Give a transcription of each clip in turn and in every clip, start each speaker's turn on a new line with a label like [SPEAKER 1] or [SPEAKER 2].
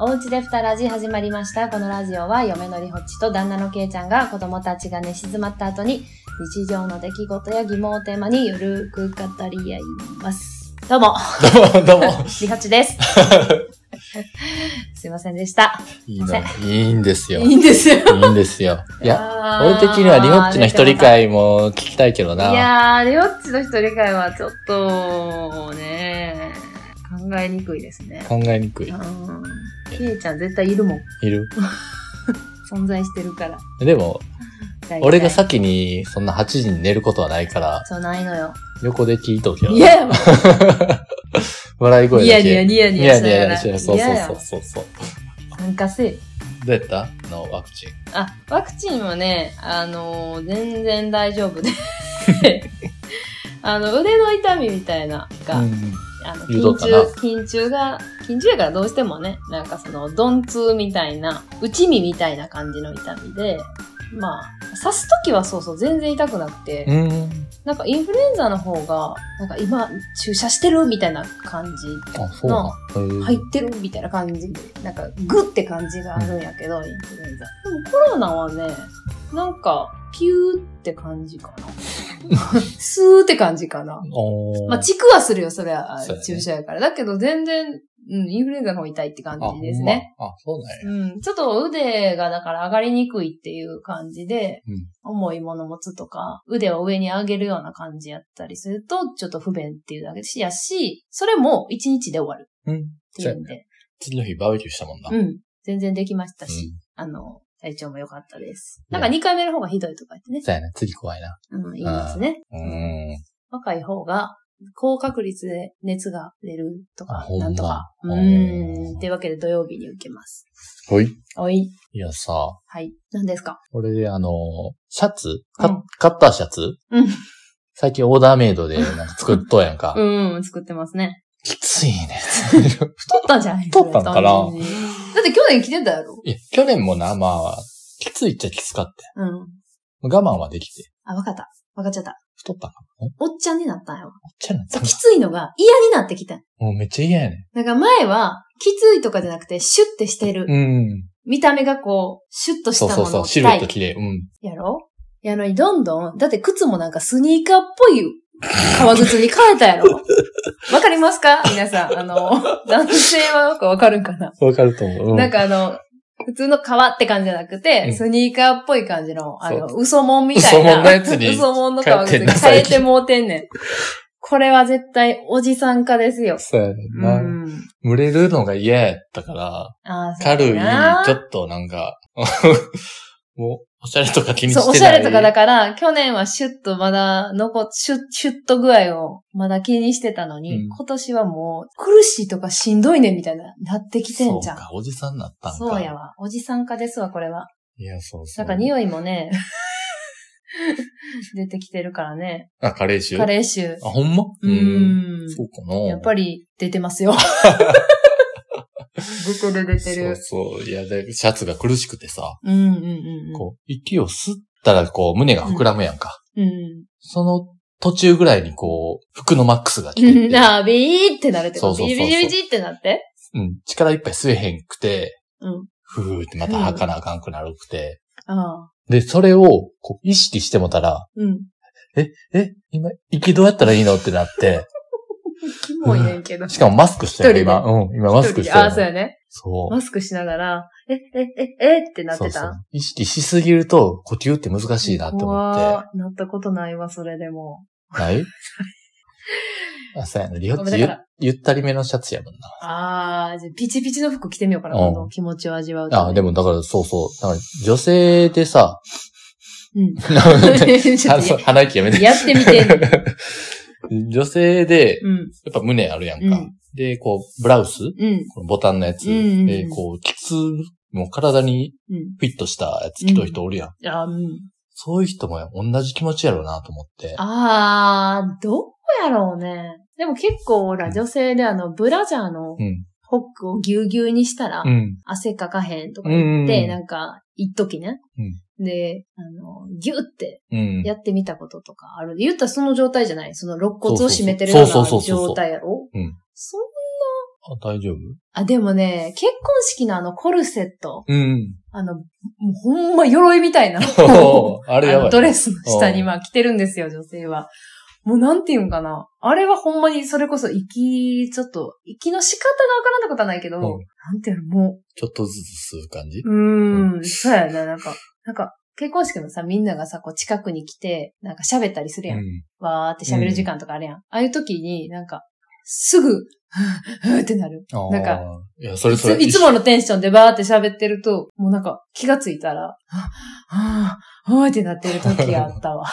[SPEAKER 1] おうちでふたラジ始まりました。このラジオは嫁のりほっちと旦那のけいちゃんが子供たちが寝静まった後に日常の出来事や疑問をテーマにゆるく語り合います。どうも、
[SPEAKER 2] どうも、どうも。
[SPEAKER 1] りほっち です。すいませんでした。
[SPEAKER 2] いいの、いいんですよ。
[SPEAKER 1] い
[SPEAKER 2] い
[SPEAKER 1] いんですよ。
[SPEAKER 2] いんですよ。いや、俺
[SPEAKER 1] や
[SPEAKER 2] 的にはリモッチの一人会も聞きたいけど
[SPEAKER 1] い
[SPEAKER 2] な。
[SPEAKER 1] やー、レオッチの一人会はちょっとね、考えにくいですね。
[SPEAKER 2] 考えにくい。
[SPEAKER 1] うん。ケイちゃん絶対いるもん。
[SPEAKER 2] いる
[SPEAKER 1] 存在してるから。
[SPEAKER 2] でも、
[SPEAKER 1] 大体
[SPEAKER 2] 俺が先にそんな8時に寝ることはないから、
[SPEAKER 1] そうないのよ。
[SPEAKER 2] 横で聞いとけよ。
[SPEAKER 1] いや、
[SPEAKER 2] 笑い声
[SPEAKER 1] ニ
[SPEAKER 2] だ
[SPEAKER 1] ヤ
[SPEAKER 2] け。
[SPEAKER 1] ニヤニヤニ
[SPEAKER 2] ニ
[SPEAKER 1] ヤ
[SPEAKER 2] ヤ
[SPEAKER 1] しな
[SPEAKER 2] ニ
[SPEAKER 1] が
[SPEAKER 2] ヤ
[SPEAKER 1] ら。
[SPEAKER 2] しなそう
[SPEAKER 1] いやいや
[SPEAKER 2] そうそうそうそう。
[SPEAKER 1] 参加せえ。
[SPEAKER 2] どうやったのワクチン。
[SPEAKER 1] あ、ワクチンはね、あのー全然大丈夫で。 あの、腕の痛みみたいなのが、
[SPEAKER 2] うん
[SPEAKER 1] あの、
[SPEAKER 2] 言うと
[SPEAKER 1] 緊
[SPEAKER 2] ったな
[SPEAKER 1] 張、緊張が、緊張やからどうしてもね、なんかその、鈍痛みたいな、内身みたいな感じの痛みで、まあ、刺すときはそうそう、全然痛くなくて、
[SPEAKER 2] うん。
[SPEAKER 1] なんかインフルエンザの方が、なんか今、注射してるみたいな感じ、
[SPEAKER 2] あ、そうなん。へえ
[SPEAKER 1] 入ってるみたいな感じで、なんか、グって感じがあるんやけど、インフルエンザ。でもコロナはね、なんか、ピューって感じか な。スーって感じかな。
[SPEAKER 2] おー
[SPEAKER 1] まあ、チクはするよ、それは
[SPEAKER 2] そうや、ね
[SPEAKER 1] 注射やから。だけど、全然、うん、インフルエンザの方痛いって感じですね。。
[SPEAKER 2] あ、ほんまあ、そうなんや。
[SPEAKER 1] うん、ちょっと腕がだから上がりにくいっていう感じで、
[SPEAKER 2] うん
[SPEAKER 1] 重いもの持つとか、腕を上に上げるような感じやったりすると、ちょっと不便っていうだけしやし、それも1日で終わる
[SPEAKER 2] うん。
[SPEAKER 1] っていうんで、
[SPEAKER 2] 次の日バーベキューしたもんな。
[SPEAKER 1] う
[SPEAKER 2] うん
[SPEAKER 1] ん、全然できましたし、あの、体調も良かったです。なんか2回目の方がひどいとか言ってね、
[SPEAKER 2] そうやね。次怖いな。
[SPEAKER 1] うん、言いますね。
[SPEAKER 2] うん。
[SPEAKER 1] 若い方が、高確率で熱が出ると
[SPEAKER 2] あ
[SPEAKER 1] か、
[SPEAKER 2] ほんま
[SPEAKER 1] なんとか。う
[SPEAKER 2] うん
[SPEAKER 1] ーん。というわけで土曜日に受けます。
[SPEAKER 2] ほい。
[SPEAKER 1] おい。
[SPEAKER 2] いやさ、
[SPEAKER 1] はい。何ですか
[SPEAKER 2] 俺、あの、シャツか、
[SPEAKER 1] うん
[SPEAKER 2] カッターシャツ
[SPEAKER 1] うん。
[SPEAKER 2] 最近オーダーメイドでなんか作っとうやんか。
[SPEAKER 1] うん、作ってますね。
[SPEAKER 2] きついね。
[SPEAKER 1] 太ったんじゃない
[SPEAKER 2] 太ったんかな
[SPEAKER 1] だって去年着てたやろ
[SPEAKER 2] いや、去年もな、まあ、きついっちゃきつかって。
[SPEAKER 1] うん。
[SPEAKER 2] 我慢はできて。
[SPEAKER 1] あ、わかった。わかっちゃった。
[SPEAKER 2] 太ったんかなおっ
[SPEAKER 1] おっちゃんになったんよ。
[SPEAKER 2] ちゃなった
[SPEAKER 1] そう、きついのが嫌になってきたん。
[SPEAKER 2] もうめっちゃ嫌やね。
[SPEAKER 1] なんか前は、きついとかじゃなくて、シュッてしてる。
[SPEAKER 2] うん。
[SPEAKER 1] 見た目がこう、シュッとし
[SPEAKER 2] そう
[SPEAKER 1] た
[SPEAKER 2] そ
[SPEAKER 1] も
[SPEAKER 2] う
[SPEAKER 1] の
[SPEAKER 2] そ
[SPEAKER 1] を
[SPEAKER 2] う。
[SPEAKER 1] 着
[SPEAKER 2] シルエ
[SPEAKER 1] た
[SPEAKER 2] ット
[SPEAKER 1] い。
[SPEAKER 2] 綺麗。うん。
[SPEAKER 1] やろやのに、どんどん、だって靴もなんかスニーカーっぽい革靴に変えたや ろ。わかりますか皆さん。あの、男性はよくわかるんかな
[SPEAKER 2] わかると思う。う
[SPEAKER 1] なん、かあの、普通の革って感じじゃなくて、
[SPEAKER 2] うん
[SPEAKER 1] スニーカーっぽい感じの、あの、
[SPEAKER 2] そ
[SPEAKER 1] 嘘もんみたいな。
[SPEAKER 2] 嘘もんの やつに
[SPEAKER 1] 嘘もんの革靴
[SPEAKER 2] 変えてんな
[SPEAKER 1] 変え
[SPEAKER 2] 最
[SPEAKER 1] て
[SPEAKER 2] 近
[SPEAKER 1] もうてんねん。これは絶対おじさん化ですよ。
[SPEAKER 2] そうやねん
[SPEAKER 1] う
[SPEAKER 2] な。
[SPEAKER 1] ん。
[SPEAKER 2] 蒸れるのが嫌やったから、
[SPEAKER 1] あーそう
[SPEAKER 2] 軽い、
[SPEAKER 1] だな
[SPEAKER 2] ちょっとなんか、 もう、おしゃれとか気にしてない。
[SPEAKER 1] そう、おしゃれとかだから、去年はシュッとまだ、残っ、シュッ、シュッと具合をまだ気にしてたのに、
[SPEAKER 2] うん
[SPEAKER 1] 今年はもう、苦しいとかしんどいねみたいな、なってきてんじゃん
[SPEAKER 2] そう。か、おじさんになったんか。
[SPEAKER 1] そうやわ。おじさん化ですわ、これは。
[SPEAKER 2] いや、そうそ
[SPEAKER 1] な
[SPEAKER 2] う。
[SPEAKER 1] んか匂いもね、 出てきてるからね。
[SPEAKER 2] あ、カレー臭
[SPEAKER 1] カレー臭。
[SPEAKER 2] あ、ほんま
[SPEAKER 1] う。ん。
[SPEAKER 2] そうかな
[SPEAKER 1] やっぱり出て ますよ。出てる出てる。
[SPEAKER 2] そうそう。いや、で、シャツが苦しくてさ、
[SPEAKER 1] うんうんうんうん。
[SPEAKER 2] こう、息を吸ったらこう、胸が膨らむやんか。
[SPEAKER 1] うん。
[SPEAKER 2] その途中ぐらいにこう、服のマックスが来て
[SPEAKER 1] うん。
[SPEAKER 2] て、
[SPEAKER 1] なあ、ビーってなるって
[SPEAKER 2] そう
[SPEAKER 1] こと。
[SPEAKER 2] そう
[SPEAKER 1] ビ
[SPEAKER 2] そ
[SPEAKER 1] リ
[SPEAKER 2] う
[SPEAKER 1] ビ
[SPEAKER 2] そう
[SPEAKER 1] リビリってなって。
[SPEAKER 2] うん、力いっぱい吸えへんくて、
[SPEAKER 1] うん。
[SPEAKER 2] ふーってまた吐かなあかんくなるくて、
[SPEAKER 1] ああ。
[SPEAKER 2] で、それをこう意識してもたら、
[SPEAKER 1] うん。
[SPEAKER 2] え、今、息どうやったらいいのってなって、
[SPEAKER 1] キモいねんけど。
[SPEAKER 2] しかもマスクして
[SPEAKER 1] 一
[SPEAKER 2] る
[SPEAKER 1] 人で
[SPEAKER 2] 今。うん、今マスクしてる。
[SPEAKER 1] ああ、そうやね。
[SPEAKER 2] そう。
[SPEAKER 1] マスクしながら、え、え、え、えってなっ
[SPEAKER 2] そう
[SPEAKER 1] て
[SPEAKER 2] そ
[SPEAKER 1] た
[SPEAKER 2] う。意識しすぎると、呼吸って難しいなって思って。
[SPEAKER 1] 怖ーなったことないわ、それでも。
[SPEAKER 2] ない あ、そうやな。リオ
[SPEAKER 1] ご
[SPEAKER 2] ッ
[SPEAKER 1] めんだ
[SPEAKER 2] チゆ
[SPEAKER 1] から
[SPEAKER 2] ゆったりめのシャツやもん
[SPEAKER 1] ああ、じゃあピチピチの服着てみようかな、
[SPEAKER 2] うん
[SPEAKER 1] この気持ちを味わうため
[SPEAKER 2] な。
[SPEAKER 1] に。
[SPEAKER 2] あ、でもだからそうそう。だから女性でさ、
[SPEAKER 1] うん。 ちょ
[SPEAKER 2] あ
[SPEAKER 1] っ
[SPEAKER 2] そう 鼻息やめ
[SPEAKER 1] と
[SPEAKER 2] て。
[SPEAKER 1] やってみてんの。
[SPEAKER 2] 女性で、
[SPEAKER 1] うん。
[SPEAKER 2] やっぱ胸あるやんか。
[SPEAKER 1] うん
[SPEAKER 2] で、こう、ブラウス
[SPEAKER 1] うん。
[SPEAKER 2] このボタンのや
[SPEAKER 1] う
[SPEAKER 2] つ。
[SPEAKER 1] んうんうん
[SPEAKER 2] で、こう、きつ、もう体に
[SPEAKER 1] うん。
[SPEAKER 2] フィットしたやつ着とる人おるやん。
[SPEAKER 1] あ、うん。
[SPEAKER 2] そういう人も同じ気持ちやろうなと思って。
[SPEAKER 1] あー、どうやろうね。でも結構、ほら、女性であの、ブラジャーの
[SPEAKER 2] うん。
[SPEAKER 1] ホックをぎゅうぎゅうにしたら
[SPEAKER 2] う、ん。
[SPEAKER 1] 汗かかへんとか言って、
[SPEAKER 2] うん
[SPEAKER 1] なんか、一時ね。で、あの、ぎゅって
[SPEAKER 2] うん。
[SPEAKER 1] やってみたこととかある。言ったらその状態じゃないその肋骨を締めてる
[SPEAKER 2] そ
[SPEAKER 1] よう
[SPEAKER 2] うそう
[SPEAKER 1] な
[SPEAKER 2] そうそうそう
[SPEAKER 1] 状態やろ
[SPEAKER 2] うん
[SPEAKER 1] そん
[SPEAKER 2] あ、大丈夫
[SPEAKER 1] あ、でもね、結婚式のあのコルセット、
[SPEAKER 2] うん。
[SPEAKER 1] あの、もうほんま鎧みたいな。
[SPEAKER 2] おーあれや
[SPEAKER 1] あ
[SPEAKER 2] ば
[SPEAKER 1] の
[SPEAKER 2] い。
[SPEAKER 1] ドレスの下に
[SPEAKER 2] うん
[SPEAKER 1] まあ着てるんですよ、女性は。もうなんていうんかな。あれはほんまにそれこそ息、ちょっと、息の仕方がわからんってことはないけど、
[SPEAKER 2] うん
[SPEAKER 1] なんていうの、も
[SPEAKER 2] ちょっとずつ吸う感じ
[SPEAKER 1] う、うーん、そうやな、なんか、なんか、結婚式のさ、みんながさ、こう近くに来て、なんか喋ったりするやん。
[SPEAKER 2] ん。
[SPEAKER 1] わーって喋る時間とかあるやん。ああいう時に、なんか、すぐ、 ふーってなる。
[SPEAKER 2] あー
[SPEAKER 1] なんか、
[SPEAKER 2] いや、それそれ。
[SPEAKER 1] いついつものテンションでバーって喋ってると、もうなんか気がついたら、はぁ、はぁ、はぁってなってる時あったわ。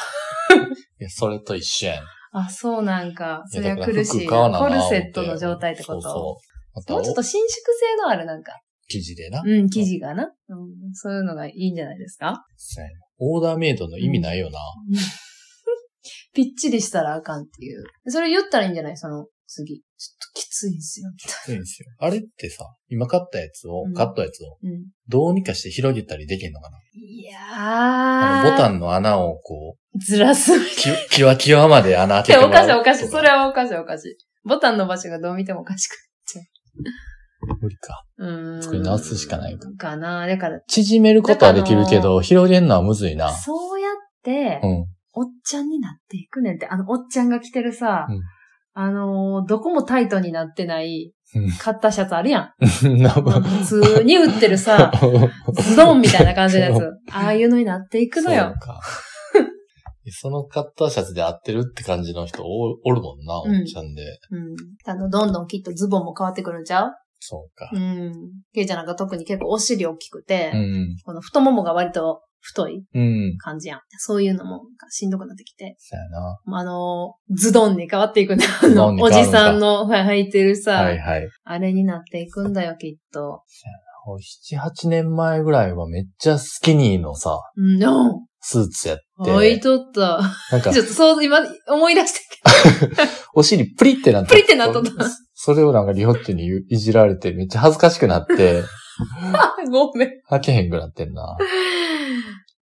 [SPEAKER 2] いや、それと一緒やん。
[SPEAKER 1] あ、そうなんか。そ
[SPEAKER 2] い
[SPEAKER 1] り
[SPEAKER 2] や
[SPEAKER 1] ゃ
[SPEAKER 2] だ
[SPEAKER 1] 苦
[SPEAKER 2] から
[SPEAKER 1] しい。
[SPEAKER 2] 服
[SPEAKER 1] コ
[SPEAKER 2] 買わなあかん
[SPEAKER 1] ル
[SPEAKER 2] 思
[SPEAKER 1] セットの状態ってこと
[SPEAKER 2] そうそう。
[SPEAKER 1] も
[SPEAKER 2] ま、
[SPEAKER 1] うちょったと伸縮性のあるなんか。
[SPEAKER 2] 生地でな。
[SPEAKER 1] うん、生地がな、うん。そういうのがいいんじゃないですか
[SPEAKER 2] そうやなオーダーメイドの意味ないよな。
[SPEAKER 1] ぴっちりしたらあかんっていう。それ言ったらいいんじゃないその次。ちょっときついんすよ、みた
[SPEAKER 2] そうですよ。あれってさ、今買ったやつを、
[SPEAKER 1] うん
[SPEAKER 2] 買ったやつを、
[SPEAKER 1] いな。うん。
[SPEAKER 2] どうにかして広げたりできんのかない
[SPEAKER 1] や
[SPEAKER 2] あ
[SPEAKER 1] ー。
[SPEAKER 2] の、ボタンの穴をこう、
[SPEAKER 1] ずらす。い
[SPEAKER 2] き、 きわきわまで穴開けて
[SPEAKER 1] や、
[SPEAKER 2] も
[SPEAKER 1] おからしいおかしい。それ
[SPEAKER 2] は。
[SPEAKER 1] はおかしいおかしい。ボタンの場所がどう見てもおかしく。
[SPEAKER 2] 無理か。
[SPEAKER 1] うーん。
[SPEAKER 2] 作り直すしかないか。
[SPEAKER 1] かなだから、
[SPEAKER 2] 縮めることはできるけ
[SPEAKER 1] だからあ
[SPEAKER 2] ど、広げるのはむずいな。
[SPEAKER 1] そうやって、
[SPEAKER 2] うん。
[SPEAKER 1] おっちゃんになっていくねんって、あの、おっちゃんが着てるさ、
[SPEAKER 2] うん
[SPEAKER 1] あのーどこもタイトになってない
[SPEAKER 2] うん、
[SPEAKER 1] 買ったシャツあるや ん。
[SPEAKER 2] な
[SPEAKER 1] あの普通に売ってる さ、ズドンみたいな感じのやつ。ああいうのになっていくのよ
[SPEAKER 2] そう。か。 そのカッターシャツで合ってるって感じの人おおるもんな、お
[SPEAKER 1] うん
[SPEAKER 2] っちゃんで。
[SPEAKER 1] うん。あの、どんどんきっとズボンも変わってくるんちゃう
[SPEAKER 2] そうか
[SPEAKER 1] う。ん。ケイちゃんなんか特に結構お尻大きくて、
[SPEAKER 2] うん。
[SPEAKER 1] この太ももが割と太い
[SPEAKER 2] うん。
[SPEAKER 1] 感じやん。そういうのもなんかしんどくなってきて、
[SPEAKER 2] そうやな。
[SPEAKER 1] あのーズドンに変わっていくね。あ
[SPEAKER 2] ズド
[SPEAKER 1] の
[SPEAKER 2] ン、に変
[SPEAKER 1] お
[SPEAKER 2] わる
[SPEAKER 1] じ
[SPEAKER 2] んだ
[SPEAKER 1] さんのはい履いてるさ、
[SPEAKER 2] はいはい。
[SPEAKER 1] あれになっていくんだよ、きっと。
[SPEAKER 2] もう7、8年前ぐらいはめっちゃスキニーのさ、
[SPEAKER 1] うん、の
[SPEAKER 2] スーツやって、
[SPEAKER 1] 置いとった。
[SPEAKER 2] なんか
[SPEAKER 1] ちょっとそう、今、思い出して
[SPEAKER 2] お尻プリってなった。
[SPEAKER 1] プリってなっとった
[SPEAKER 2] そ それをなんかリホッチにいじられてめっちゃ恥ずかしく なって、
[SPEAKER 1] た。ごめん。
[SPEAKER 2] 履けへんくなってんな。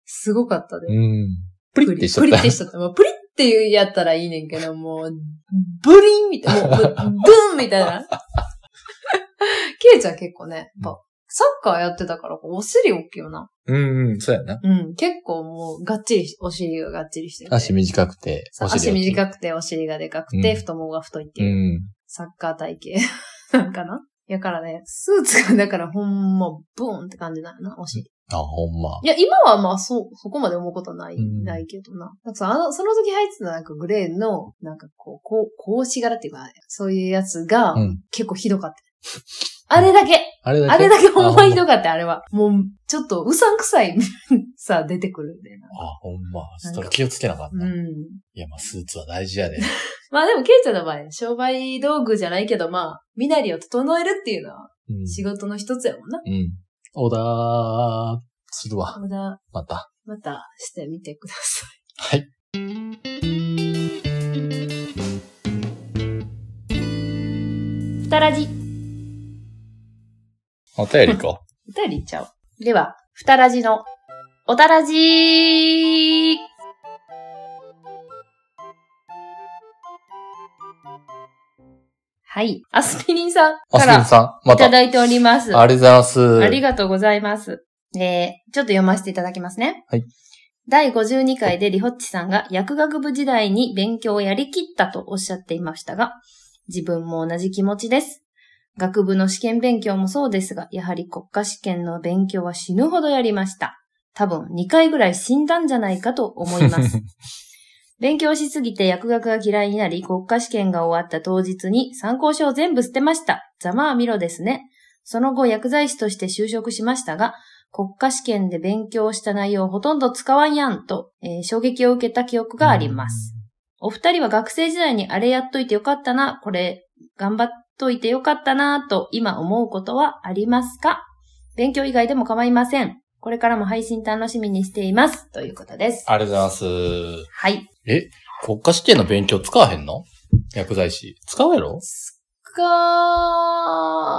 [SPEAKER 1] すごかったで。
[SPEAKER 2] うん。プリってしちゃ
[SPEAKER 1] プ
[SPEAKER 2] っ
[SPEAKER 1] リ
[SPEAKER 2] た
[SPEAKER 1] っ。てしちゃった。もうプリっていうやったらいいねんけど、もう、ブ リンみたいな、もう、ブンみたいな。ケイちゃん結構ね、やっぱサッカーやってたから、こうお尻大きいよな。
[SPEAKER 2] うんうん、そうやな。
[SPEAKER 1] うん、結構もう、がっちりし、お尻ががっちりしてる。
[SPEAKER 2] 足短くて、
[SPEAKER 1] そう足
[SPEAKER 2] く
[SPEAKER 1] 短くて、お尻がでかくて、
[SPEAKER 2] うん
[SPEAKER 1] 太ももが太いって
[SPEAKER 2] う
[SPEAKER 1] いう。
[SPEAKER 2] ん。
[SPEAKER 1] サッカー体型 なんかなやからね、スーツがだからほんま、ブーンって感じなのな、お尻。
[SPEAKER 2] あ、ほんま
[SPEAKER 1] い。や、今はまあ、そう、そこまで思うことない、
[SPEAKER 2] うん
[SPEAKER 1] ないけどな。なんかさあの、その時入ってたなんかグレーの、なんかこう、こう、格子柄っていうか、そういうやつが
[SPEAKER 2] うん、
[SPEAKER 1] 結構ひどかった。あれだけ
[SPEAKER 2] あれだけ。
[SPEAKER 1] あれだけほんまひ
[SPEAKER 2] あ
[SPEAKER 1] どかった、あれは。もう、ちょっと、うさんくさい、さ、出てくるんでな。
[SPEAKER 2] あ、ほんま。ちょっと気をつけなかった。
[SPEAKER 1] う
[SPEAKER 2] い
[SPEAKER 1] ん。
[SPEAKER 2] や、まあ、スーツは大事やで。
[SPEAKER 1] まあでも、ケイちゃんの場合、商売道具じゃないけど、まあ、身なりを整えるっていうのは、
[SPEAKER 2] うん。
[SPEAKER 1] 仕事の一つやもんな。
[SPEAKER 2] うん。オーダーするわ。
[SPEAKER 1] まだ、
[SPEAKER 2] また。
[SPEAKER 1] またしてみてください。
[SPEAKER 2] はい。
[SPEAKER 1] ふたらじ。
[SPEAKER 2] お便り行こ
[SPEAKER 1] お便りいっちゃおう。では、ふたらじの、おたらじーはい。アスピリンさん
[SPEAKER 2] う。あ、
[SPEAKER 1] か
[SPEAKER 2] すみ
[SPEAKER 1] らい
[SPEAKER 2] さん。また。
[SPEAKER 1] ただいております。
[SPEAKER 2] ありがとうございます。
[SPEAKER 1] ありがとうございます。えー、ちょっと読ませていただきますね。
[SPEAKER 2] はい。
[SPEAKER 1] 第52回でリホッチさんが薬学部時代に勉強をやりきったとおっしゃっていましたが、自分も同じ気持ちです。学部の試験勉強もそうですが、やはり国家試験の勉強は死ぬほどやりました。多分2回ぐらい死んだんじゃないかと思います。勉強しすぎて薬学が嫌いになり、国家試験が終わった当日に参考書を全部捨てました。ざまあみろですね。その後薬剤師として就職しましたが、国家試験で勉強した内容をほとんど使わんやんと、えー衝撃を受けた記憶があります。お二人は学生時代にあれやっといてよかったな、これ頑張っといてよかったなと今思うことはありますか勉強以外でも構いません。これからも配信楽しみにしています。ということです。
[SPEAKER 2] ありがとうございます。
[SPEAKER 1] はい。
[SPEAKER 2] 国家試験の勉強使わへんの薬剤師。使うやろ
[SPEAKER 1] 使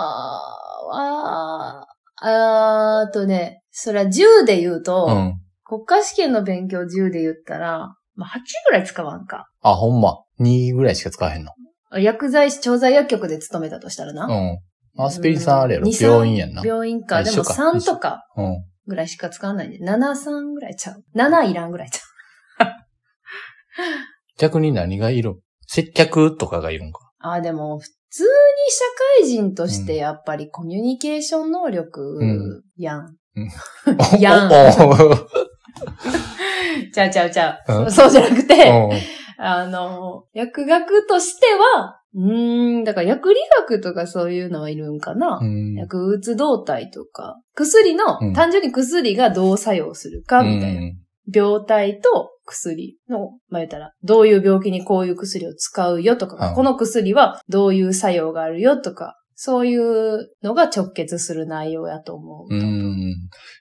[SPEAKER 1] は、あーっとね、そりゃ10で言うと、
[SPEAKER 2] うん。
[SPEAKER 1] 国家試験の勉強10で言ったら、まあ、8ぐらい使わんか。
[SPEAKER 2] あ、ほんま。2ぐらいしか使わへんの。
[SPEAKER 1] 薬剤師、調剤薬局で勤めたとしたらな。
[SPEAKER 2] うん。アスピリンさんあれやろ
[SPEAKER 1] うん2
[SPEAKER 2] 病院やんな
[SPEAKER 1] 病院か。で
[SPEAKER 2] 一
[SPEAKER 1] も
[SPEAKER 2] 緒か
[SPEAKER 1] 3とか
[SPEAKER 2] うん。
[SPEAKER 1] ぐらいしか使わないんで。7、3ぐらいちゃう。7いらんぐらいちゃ
[SPEAKER 2] 逆に何がいるん接客とかがいるんか。
[SPEAKER 1] う。ああ、でも、普通に社会人としてやっぱりコミュニケーション能力やん。い やん
[SPEAKER 2] お おお
[SPEAKER 1] ちゃうちゃうちゃ
[SPEAKER 2] う
[SPEAKER 1] う。
[SPEAKER 2] ん
[SPEAKER 1] そうじゃなくて、
[SPEAKER 2] うん
[SPEAKER 1] あの、薬学としては、うーん、だから薬理学とかそういうのはいるんかな。
[SPEAKER 2] うん
[SPEAKER 1] 薬うつ動態とか、薬の、
[SPEAKER 2] うん
[SPEAKER 1] 単純に薬がどう作用するか、みたいな。
[SPEAKER 2] うん
[SPEAKER 1] 病態と薬の、まあ、言ったら、どういう病気にこういう薬を使うよとか、
[SPEAKER 2] うん
[SPEAKER 1] この薬はどういう作用があるよとか、そういうのが直結する内容やと思う。
[SPEAKER 2] うん。い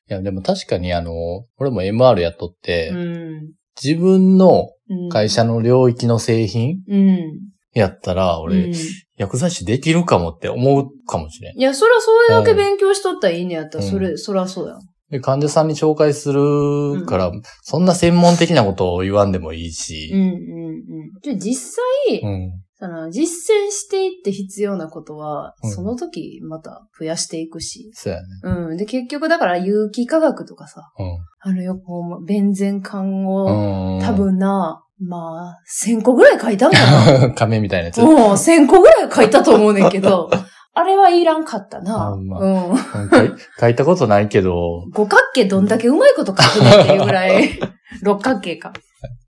[SPEAKER 2] や、でも確かにあの、俺も MR やっとって、
[SPEAKER 1] うん。
[SPEAKER 2] 自分の
[SPEAKER 1] うん。
[SPEAKER 2] 会社の領域の製品
[SPEAKER 1] うん。
[SPEAKER 2] やったら、俺、
[SPEAKER 1] うんい
[SPEAKER 2] 薬剤師できるかもって思うかもしれん。
[SPEAKER 1] や、そらそれだけ勉強しとったらいいねやったら、
[SPEAKER 2] うん
[SPEAKER 1] それ、そらそうや。
[SPEAKER 2] で、患者さんに紹介するから、そんな専門的なことを言わんでもいい
[SPEAKER 1] うん
[SPEAKER 2] し。
[SPEAKER 1] うんうん。じゃあ実際、
[SPEAKER 2] うん。
[SPEAKER 1] その、実践していって必要なことは、
[SPEAKER 2] うん
[SPEAKER 1] その時また増やしていくし。
[SPEAKER 2] そうやね。
[SPEAKER 1] うん。で、結局だから有機化学とかさ、あの、よくほんま、弁前看
[SPEAKER 2] う
[SPEAKER 1] 護、
[SPEAKER 2] ん。うん。
[SPEAKER 1] 多。分な、まあ、1000個ぐらい書いたんか
[SPEAKER 2] 亀みたいなやつ。
[SPEAKER 1] な。もう、1000個ぐらい書いたと思うねんけ ど、あれはいらんかったな。
[SPEAKER 2] あまあ
[SPEAKER 1] うん。
[SPEAKER 2] なんか書い たことないけど、
[SPEAKER 1] 五角形どんだけうまいこと書くのっていうぐら い、六角形か。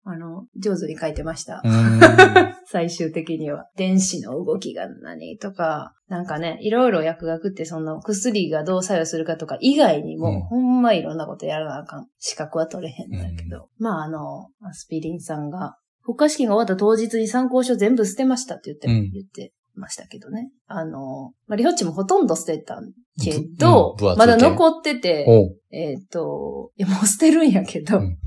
[SPEAKER 1] あの、上手に書いてました。
[SPEAKER 2] うん。
[SPEAKER 1] 最終的には。電子の動きが何とか、なんかね、いろいろ薬学ってその薬がどう作用するかとか以外にも、
[SPEAKER 2] うん
[SPEAKER 1] ほんまいろんなことやらなあかん。資格は取れへんんだけど。まああの、アスピリンさんが、国家試験が終わった当日に参考書全部捨てましたって言って、
[SPEAKER 2] うん
[SPEAKER 1] 言ってましたけどね。あの、まあ、リホッチもほとんど捨てたけど、
[SPEAKER 2] ぶうん分厚
[SPEAKER 1] ま
[SPEAKER 2] い
[SPEAKER 1] だ
[SPEAKER 2] 系
[SPEAKER 1] 残ってて、
[SPEAKER 2] おう
[SPEAKER 1] えっ、と、いや、もう捨てるんやけど、
[SPEAKER 2] うん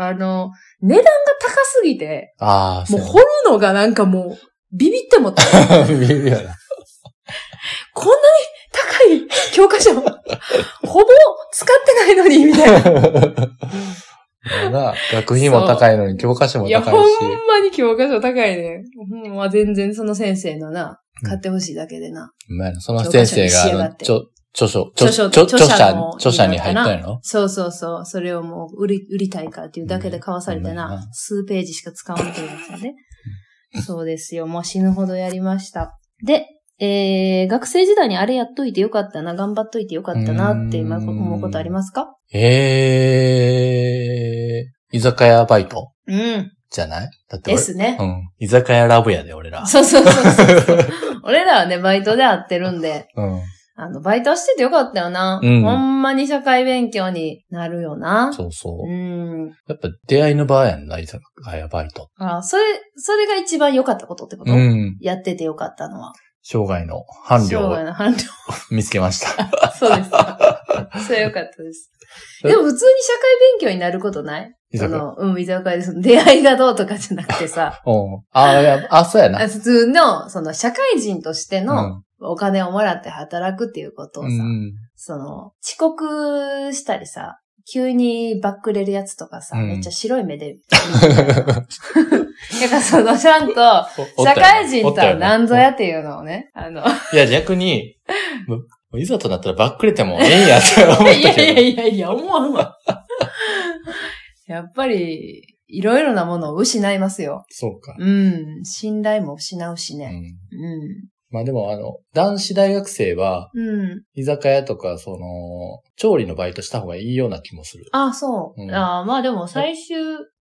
[SPEAKER 1] あの、値段が高すぎて、
[SPEAKER 2] ああ、
[SPEAKER 1] もう掘
[SPEAKER 2] う
[SPEAKER 1] るのがなんかもう、ビビってもった。
[SPEAKER 2] やね見えるや な
[SPEAKER 1] こんなに高い教科書、ほぼ使ってないのに、みたいな。
[SPEAKER 2] まあな学費も高いのに教科書も
[SPEAKER 1] いや、
[SPEAKER 2] 高
[SPEAKER 1] ほ
[SPEAKER 2] い
[SPEAKER 1] ん
[SPEAKER 2] し。
[SPEAKER 1] まに教科書高いね。ほんま全然その先生のな、
[SPEAKER 2] うん
[SPEAKER 1] 買ってほしいだけでな。
[SPEAKER 2] お前らその先生が、あ
[SPEAKER 1] 教科書に仕上が
[SPEAKER 2] の、
[SPEAKER 1] って
[SPEAKER 2] 著著書、
[SPEAKER 1] 著
[SPEAKER 2] 著
[SPEAKER 1] 書著
[SPEAKER 2] 書、著
[SPEAKER 1] 者
[SPEAKER 2] 者
[SPEAKER 1] の、
[SPEAKER 2] 著者に入ったんやろ
[SPEAKER 1] そうそうそう。それをもう売り、売りたいからっていうだけで買わされてな、
[SPEAKER 2] うん
[SPEAKER 1] 数ページしか使わんというやつやで。そうですよ。もう死ぬほどやりました。で、えー、学生時代にあれやっといてよかったな、頑張っといてよかったなって今思うことありますか
[SPEAKER 2] ええー、居酒屋バイト
[SPEAKER 1] うん。
[SPEAKER 2] じゃないだって
[SPEAKER 1] で
[SPEAKER 2] 俺、
[SPEAKER 1] すね
[SPEAKER 2] う。ん。居酒屋ラブやで、俺ら。
[SPEAKER 1] そうそうそうそうそう。俺らはね、バイトで会ってるんで、
[SPEAKER 2] うん。
[SPEAKER 1] あの、バイトしててよかったよな。
[SPEAKER 2] うん
[SPEAKER 1] ほんまに社会勉強になるよな。
[SPEAKER 2] そうそうう。
[SPEAKER 1] ん。
[SPEAKER 2] やっぱ出会いの場合やんな、居酒屋バイト。
[SPEAKER 1] あ、それ、それが一番良かったことってこと、
[SPEAKER 2] うん。
[SPEAKER 1] やっててよかったのは。
[SPEAKER 2] 生涯の伴侶
[SPEAKER 1] 生涯
[SPEAKER 2] を
[SPEAKER 1] の伴侶。
[SPEAKER 2] 見つけました。
[SPEAKER 1] そうですか。それはよかった です。でも普通に社会勉強になることない
[SPEAKER 2] 居
[SPEAKER 1] そ
[SPEAKER 2] 酒屋。
[SPEAKER 1] の、うん、居酒屋でその出会いがどうとかじゃなくてさ、
[SPEAKER 2] うん。あ、いや、あ、そう やな。
[SPEAKER 1] あ普通の、その社会人としての
[SPEAKER 2] うん
[SPEAKER 1] お金をもらって働くっていうことをさ、
[SPEAKER 2] うん。
[SPEAKER 1] その、遅刻したりさ、急にバックれるやつとかさ、
[SPEAKER 2] うん
[SPEAKER 1] めっちゃ白い目 で見てるやん。だからその、ちゃんと、
[SPEAKER 2] おおった
[SPEAKER 1] 社
[SPEAKER 2] よな
[SPEAKER 1] 会人とは何ぞや
[SPEAKER 2] おっ
[SPEAKER 1] っていうのをね、あの、
[SPEAKER 2] たよないや、逆に、もういざとなったらばっくれてもええんやって思った
[SPEAKER 1] いやいや
[SPEAKER 2] け
[SPEAKER 1] いやいや、思わんわ。やっぱり、いろいろなものを失いますよ
[SPEAKER 2] ど。。そうか。
[SPEAKER 1] うん。信頼も失うし
[SPEAKER 2] う
[SPEAKER 1] ね。
[SPEAKER 2] ん。
[SPEAKER 1] うん。
[SPEAKER 2] まあでも、あの、男子大学生は、
[SPEAKER 1] うん。
[SPEAKER 2] 居酒屋とか、その、調理のバイトした方がいいような気もする。
[SPEAKER 1] あ、そう。
[SPEAKER 2] うん
[SPEAKER 1] あまあでも最終、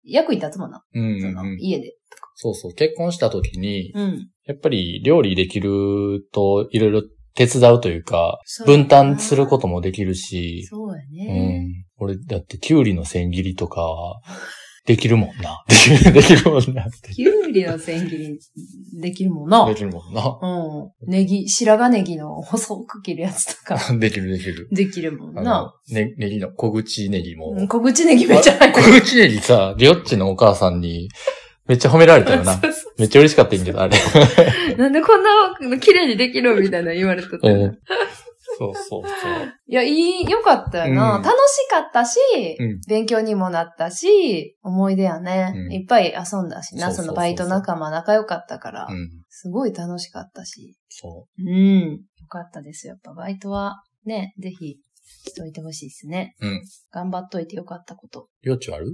[SPEAKER 1] 役に立つもんな。
[SPEAKER 2] うん
[SPEAKER 1] そ
[SPEAKER 2] うん
[SPEAKER 1] の、
[SPEAKER 2] うん。
[SPEAKER 1] 家で。
[SPEAKER 2] そうそう。結婚した時に、
[SPEAKER 1] うん。
[SPEAKER 2] やっぱり料理できると、いろいろ手伝うというか、
[SPEAKER 1] そうやな
[SPEAKER 2] 分担することもできるし、
[SPEAKER 1] そうや
[SPEAKER 2] う
[SPEAKER 1] ね。
[SPEAKER 2] ん。俺、だって、キュウリの千切りとか、できるもんな。 できる、できるもんなって。
[SPEAKER 1] きゅうりの千切りできるもんな
[SPEAKER 2] で。きるもんな。
[SPEAKER 1] うん。ネギ、白髪ネギの細く切るやつと か、
[SPEAKER 2] できる、できる。
[SPEAKER 1] できるもん
[SPEAKER 2] あ
[SPEAKER 1] な。
[SPEAKER 2] の、ね、ネギの、小口ネギも。
[SPEAKER 1] うん小口ネギめっちゃ入ってる。
[SPEAKER 2] 小口ネギさ、りょっちのお母さんに、めっちゃ褒められたよな
[SPEAKER 1] そ。うそう
[SPEAKER 2] めっちゃ嬉 しかったんやけど、あれ。
[SPEAKER 1] なんでこんな綺麗にできるみたいなの言われてた
[SPEAKER 2] うんそうそうそう。
[SPEAKER 1] いや、いい、よかったよな。
[SPEAKER 2] うん
[SPEAKER 1] 楽しかったし、
[SPEAKER 2] うん
[SPEAKER 1] 勉強にもなったし、思い出やね。
[SPEAKER 2] うん
[SPEAKER 1] いっぱい遊んだしな、
[SPEAKER 2] そうそうそうそう
[SPEAKER 1] そのバイト仲間仲良かったから、
[SPEAKER 2] うん。
[SPEAKER 1] すごい楽しかったし。
[SPEAKER 2] そ
[SPEAKER 1] うん。よかったですよ。やっぱバイトはね、ぜひしといてほしいですね。
[SPEAKER 2] うん
[SPEAKER 1] 頑張っといてよかったこと。
[SPEAKER 2] う。余地ある
[SPEAKER 1] い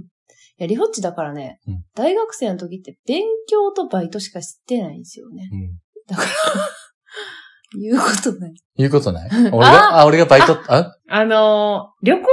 [SPEAKER 1] や、リホッチだからね、
[SPEAKER 2] うん
[SPEAKER 1] 大学生の時って勉強とバイトしか知ってないんですよね。
[SPEAKER 2] うん。
[SPEAKER 1] 言うことない。
[SPEAKER 2] 言うこ とない俺が、あ、俺がバイト、あ
[SPEAKER 1] あのー旅行は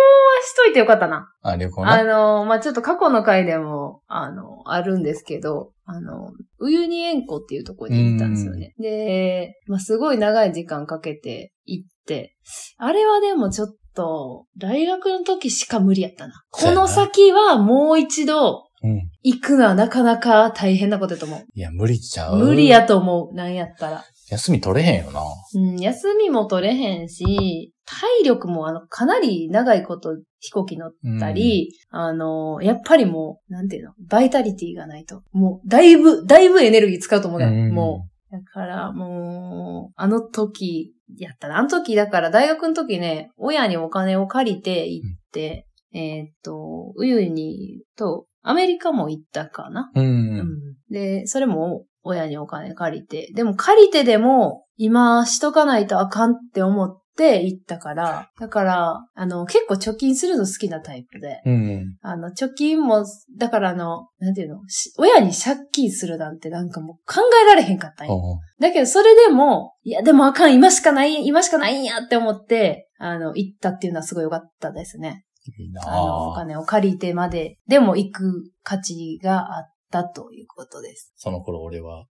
[SPEAKER 1] しといてよかったな。
[SPEAKER 2] あ、旅行
[SPEAKER 1] あ
[SPEAKER 2] な。
[SPEAKER 1] のーまあ、ちょっと過去の回でも、あのーあるんですけど、あのーウユニ塩湖っていうところに行ったんですよね。で、まあ、すごい長い時間かけて行って、あれはでもちょっと、大学の時しか無理やったな。
[SPEAKER 2] そ
[SPEAKER 1] こ
[SPEAKER 2] うやな
[SPEAKER 1] の先はもう一度、
[SPEAKER 2] うん。
[SPEAKER 1] 行くのはなかなか大変なことやと思
[SPEAKER 2] いや、無理ちゃ
[SPEAKER 1] う。
[SPEAKER 2] う。
[SPEAKER 1] 無理。やと思う。なんやったら。
[SPEAKER 2] 休み取れへんよな。
[SPEAKER 1] うん、休みも取れへんし、体力もあの、かなり長いこと飛行機乗ったり、あの、やっぱりもう、なんていうの、バイタリティがないと。もう、だいぶ、だいぶエネルギー使うと思うね、もう。だから、もう、あの時、やったな。あの時、だから、大学の時ね、親にお金を借りて行って、えーっと、ウユニと、アメリカも行ったかな。
[SPEAKER 2] う。
[SPEAKER 1] うんんで、それも親にお金借りて、でも借りてでも今しとかないとあかんって思って行ったから、だから、あの、結構貯金するの好きなタイプで、
[SPEAKER 2] うん。うん。
[SPEAKER 1] あの、貯金も、だからあの、なんていうの、し親に借金するなんてなんかもう考えられへんかったんよ。
[SPEAKER 2] おう
[SPEAKER 1] だけどそれでも、いやでもあかん、今しかない、今しかないんやって思って、あの、行ったっていうのはすごい良かったですね。
[SPEAKER 2] いいな
[SPEAKER 1] あの、お
[SPEAKER 2] ぁ。
[SPEAKER 1] 金を借りてまで、でも行く価値があったということです。
[SPEAKER 2] その頃俺
[SPEAKER 1] う
[SPEAKER 2] は
[SPEAKER 1] ん、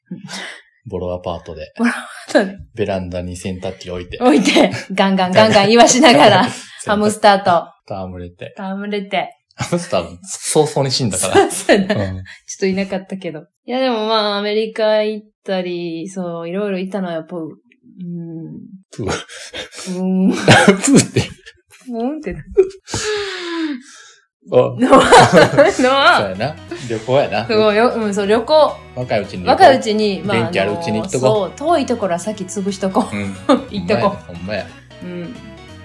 [SPEAKER 2] ボロアパートで、ベランダに洗濯機置いて、
[SPEAKER 1] 置いて、ガンガンガンガン言わしなが ら、ハムスターと
[SPEAKER 2] 戯れて。
[SPEAKER 1] 戯れて。
[SPEAKER 2] ハムスター、早々に死んだか
[SPEAKER 1] そうそうやな
[SPEAKER 2] ら。うん。
[SPEAKER 1] ちょ っといなかったけど。いや、でもまあ、アメリカ行ったり、そう、いろいろ行ったのはやっぱ、うーん。
[SPEAKER 2] プー。
[SPEAKER 1] うーん。う
[SPEAKER 2] プーって。
[SPEAKER 1] ーん ってな。のは、
[SPEAKER 2] あ
[SPEAKER 1] の
[SPEAKER 2] そう
[SPEAKER 1] は、
[SPEAKER 2] やな。旅行やな。
[SPEAKER 1] すごいよ、うん、そう、旅行。
[SPEAKER 2] 若いうちに旅行。
[SPEAKER 1] 若いうちに、まあ、
[SPEAKER 2] 元気あるうちに行っと
[SPEAKER 1] あ
[SPEAKER 2] こ
[SPEAKER 1] のそう、遠いところは先潰しとこう。
[SPEAKER 2] うん。
[SPEAKER 1] 行っとこ
[SPEAKER 2] ほんまや。
[SPEAKER 1] う。うん。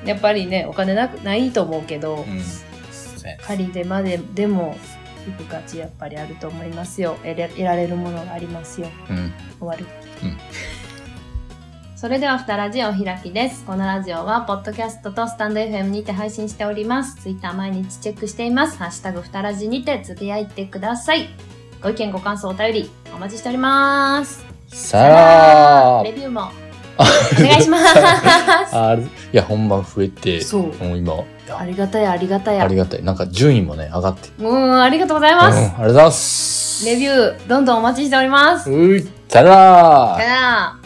[SPEAKER 1] やっぱりね、お金なく、ないと思うけど
[SPEAKER 2] ほ、んまやうん。そうやな
[SPEAKER 1] 借りてまででも行く価値やっぱりあると思いますよ得れ得られるものがありますよ
[SPEAKER 2] うん。
[SPEAKER 1] 終わる、
[SPEAKER 2] うん
[SPEAKER 1] それでは「ふたラジオ」お開きですこのラジオはポッドキャストとスタンド FM にて配信しておりますツイッター毎日チェックしています「ハッシュタグふたラジ」にてつぶやいてくださいご意見ご感想お便りお待ちしております
[SPEAKER 2] さら
[SPEAKER 1] レ
[SPEAKER 2] ー
[SPEAKER 1] ビューもお願いしま す
[SPEAKER 2] あるいや、ほんま増えて、
[SPEAKER 1] そう
[SPEAKER 2] もう今、
[SPEAKER 1] あ
[SPEAKER 2] あ
[SPEAKER 1] りがたやありがたや
[SPEAKER 2] りがたい。なんか順位もね、上がって。
[SPEAKER 1] うんありがとうございます、
[SPEAKER 2] うんありがとうございます。
[SPEAKER 1] レビ
[SPEAKER 2] ュ
[SPEAKER 1] ューどんどんお待ちしております
[SPEAKER 2] ー。うい、さよなら
[SPEAKER 1] さよなら